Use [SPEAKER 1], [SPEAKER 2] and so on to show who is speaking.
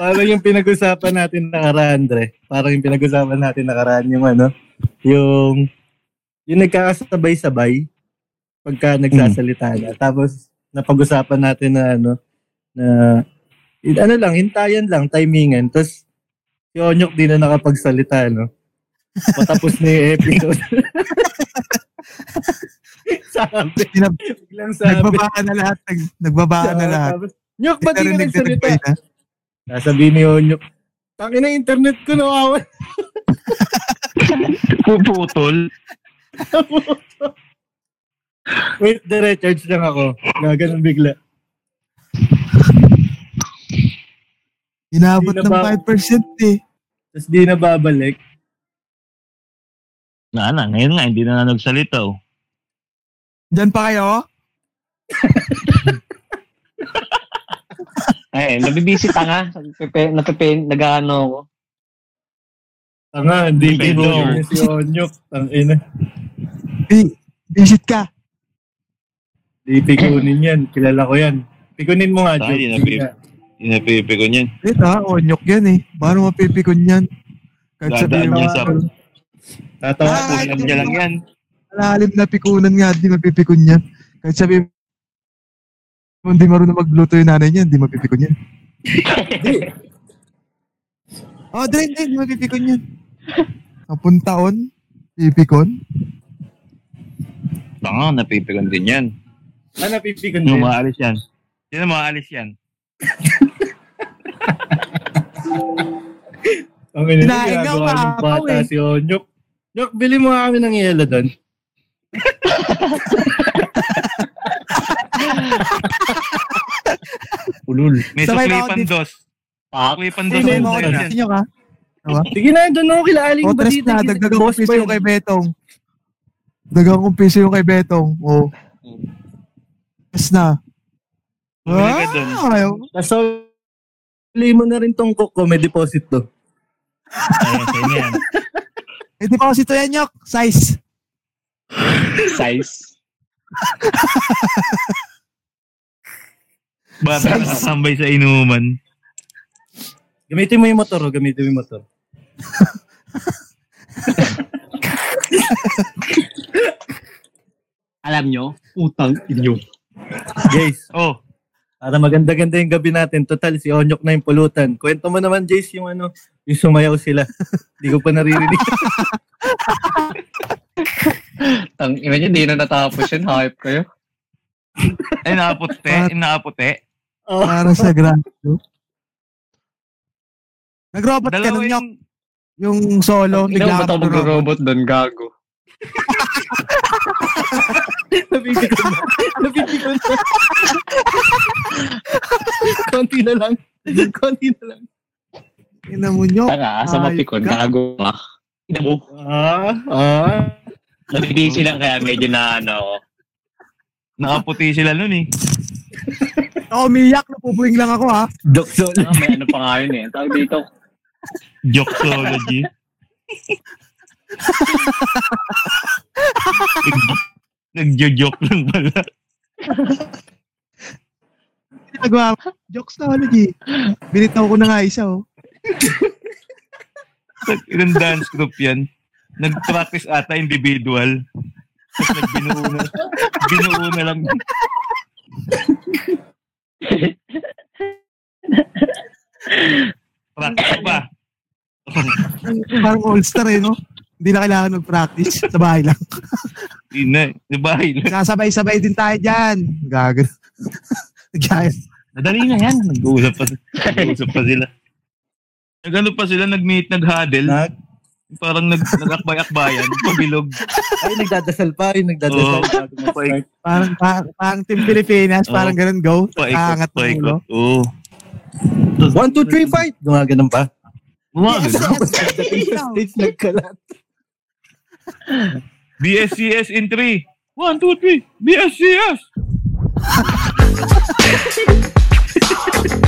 [SPEAKER 1] Parang yung pinag-usapan natin nakaraan, Dre. Parang yung pinag-usapan natin nakaraan yung ano, yung yung nagkakasabay-sabay pagka
[SPEAKER 2] Hmm.
[SPEAKER 1] nagsasalita na. Tapos napag-usapan natin na ano, na in, ano lang, hintayan lang, timingan. Tapos si Onyok di na nakapagsalita, no? Patapos na yung episode. sabi.
[SPEAKER 2] Tinab-
[SPEAKER 1] Biglang sabi.
[SPEAKER 2] Nagbabaka na lahat. Nag, nagbabaka na
[SPEAKER 1] Oo,
[SPEAKER 2] lahat. Eh,
[SPEAKER 1] tapos, Nyok, ba't di
[SPEAKER 2] Pero
[SPEAKER 1] ka nagsalita?
[SPEAKER 2] nagtitipay na.
[SPEAKER 1] Sasabihin ni Onyok, Tangina internet ko nawawan.
[SPEAKER 3] Puputol.
[SPEAKER 1] Wait, dire-charge lang ako. Na ganun bigla.
[SPEAKER 2] Inabot
[SPEAKER 1] Hindi na
[SPEAKER 2] ng
[SPEAKER 1] ba-
[SPEAKER 2] 5% eh.
[SPEAKER 1] Tapos di na babalik.
[SPEAKER 3] Na na, ngayon nga, hindi na na nagsalita. oh.
[SPEAKER 2] Diyan pa kayo?
[SPEAKER 4] Eh, nabibisi tanga. Nagpepe, nagpepe, nag-ano ako.
[SPEAKER 1] Tanga, hindi
[SPEAKER 3] Hindi,
[SPEAKER 1] ko
[SPEAKER 3] no.
[SPEAKER 1] si Onyok. Tangina.
[SPEAKER 2] Bi- Visit ka.
[SPEAKER 1] Di pikunin yan. Kilala ko yan. Pikunin mo nga, Joke.
[SPEAKER 3] Tangina, di na
[SPEAKER 1] Sige
[SPEAKER 3] pip-
[SPEAKER 1] nga.
[SPEAKER 3] Inapipi ko niyan.
[SPEAKER 2] Wait ha, onyok yan eh. Paano mapipikon yan? Kahit
[SPEAKER 3] Dadaan
[SPEAKER 2] sabihin mo, "Ano,
[SPEAKER 3] niya sa
[SPEAKER 1] Tatawa ko.
[SPEAKER 2] Ah,
[SPEAKER 3] push up niya lang yan.
[SPEAKER 2] malalim na pikunan nga, di mapipikon yan. Kahit sabihin mo, hindi marunong magluto yung nanay niya, hindi mapipikon yan. oh, Dre, Dre, hindi mapipikon yan. Kapun taon, pipikon.
[SPEAKER 3] Tanga, napipi ko din yan.
[SPEAKER 1] Ah, napipikon
[SPEAKER 3] Sino
[SPEAKER 1] din.
[SPEAKER 3] maalis yan? Sino maalis yan?
[SPEAKER 1] Tangina,
[SPEAKER 2] Kinain nga,
[SPEAKER 1] ginagawa ng
[SPEAKER 2] maapaw
[SPEAKER 1] bata
[SPEAKER 2] eh.
[SPEAKER 1] si Onyok. Nyok, bili mo nga kami ng yelo doon. Ulul.
[SPEAKER 3] May
[SPEAKER 2] Sabay
[SPEAKER 3] sukli
[SPEAKER 2] na ako dito.
[SPEAKER 3] pandos.
[SPEAKER 4] Pak.
[SPEAKER 3] Sukli pandos.
[SPEAKER 2] Sino
[SPEAKER 3] ang
[SPEAKER 2] mo ako
[SPEAKER 3] sa'yo na.
[SPEAKER 2] Sino ka?
[SPEAKER 1] Sige na, doon ako kilaling
[SPEAKER 2] O, Oh, tres na, dagdagan kong piso yung kay Betong. Dagdagan kong piso yung kay Betong. O. Tres na.
[SPEAKER 3] Bumili ka doon.
[SPEAKER 2] Ah, ayaw.
[SPEAKER 1] So, play mo na rin tong cook ko, may deposit to.
[SPEAKER 3] Ayan, sa'yo na yan.
[SPEAKER 2] Eh, di pa kasi ito yan, Nyok. Size.
[SPEAKER 4] Size.
[SPEAKER 3] Bata ka nakasambay sa inuman.
[SPEAKER 1] Gamitin mo yung motor, oh, gamitin mo yung motor.
[SPEAKER 4] Alam nyo, putang inyo.
[SPEAKER 1] Jace,
[SPEAKER 3] Oh,
[SPEAKER 1] para maganda-ganda yung gabi natin. Total, si Onyok na yung pulutan. Kwento mo naman, Jace, yung ano, yung sumayaw sila. Hindi ko pa naririnig.
[SPEAKER 4] Tang ina nyo, di na natapos yun. Hype kayo.
[SPEAKER 3] inaapute, inaapute.
[SPEAKER 1] Oh,
[SPEAKER 2] Para sa grado. Nag-robot ka nun, Nyok.
[SPEAKER 3] Dalawang,
[SPEAKER 2] Yung solo,
[SPEAKER 4] Tang ina,
[SPEAKER 2] bigla
[SPEAKER 4] ba't
[SPEAKER 2] ka
[SPEAKER 4] ako
[SPEAKER 2] mag-robot.
[SPEAKER 4] mag-robot doon, gago?
[SPEAKER 1] napipikon na. Napipikon na. Konti na lang. Konti na lang.
[SPEAKER 2] Ina mo, Nyok.
[SPEAKER 4] Tanga, sa
[SPEAKER 2] Ay,
[SPEAKER 4] mapikon,
[SPEAKER 2] ka-
[SPEAKER 4] gago ka. Ina mo,
[SPEAKER 1] Ah, ah.
[SPEAKER 4] nabibisi lang kaya medyo na ano ako.
[SPEAKER 3] nakaputi sila nun eh.
[SPEAKER 2] Ako umiyak, Oh, napupuwing lang ako, ha.
[SPEAKER 1] Doksol.
[SPEAKER 4] Ah, may ano pa nga yun eh. Tawag dito,
[SPEAKER 3] Joxology. Nagjo-joke lang pala.
[SPEAKER 2] Ginagawa mo. Jokes na, ano, G. Binitaw ko na nga isa, oh.
[SPEAKER 3] Ilang dance group yan. Nag-practice ata individual. Tapos nagbinuo na, binuo na lang. Practice ko ba?
[SPEAKER 2] Parang all-star, eh, no? Hindi na kailangan mag-practice. Sa bahay lang.
[SPEAKER 3] Di na. Di ba?
[SPEAKER 2] Sasabay-sabay din tayo dyan. Gagal. Nagyayas.
[SPEAKER 3] Madali na yan. Nag-uusap pa, nag-uusap pa sila. Nag-ano pa sila, nag-meet, nag-huddle.
[SPEAKER 1] Nag,
[SPEAKER 3] Parang nag, nag-akbay-akbayan, pabilog.
[SPEAKER 1] ay, nagdadasal pa. Ay, nagdadasal.
[SPEAKER 2] Oh.
[SPEAKER 3] Oo.
[SPEAKER 1] Bago mag-start.
[SPEAKER 2] Parang, parang, parang Team Pilipinas,
[SPEAKER 3] Oo.
[SPEAKER 2] parang ganun, go.
[SPEAKER 3] Paikot,
[SPEAKER 2] Angat mo ulo.
[SPEAKER 3] paikot. Oo.
[SPEAKER 1] One, two, three, fight! Gumaganan pa.
[SPEAKER 3] Wow,
[SPEAKER 1] Pagdating sa stage, nagkalat.
[SPEAKER 3] BSCS in 3. 1, 2, 3. BSCS!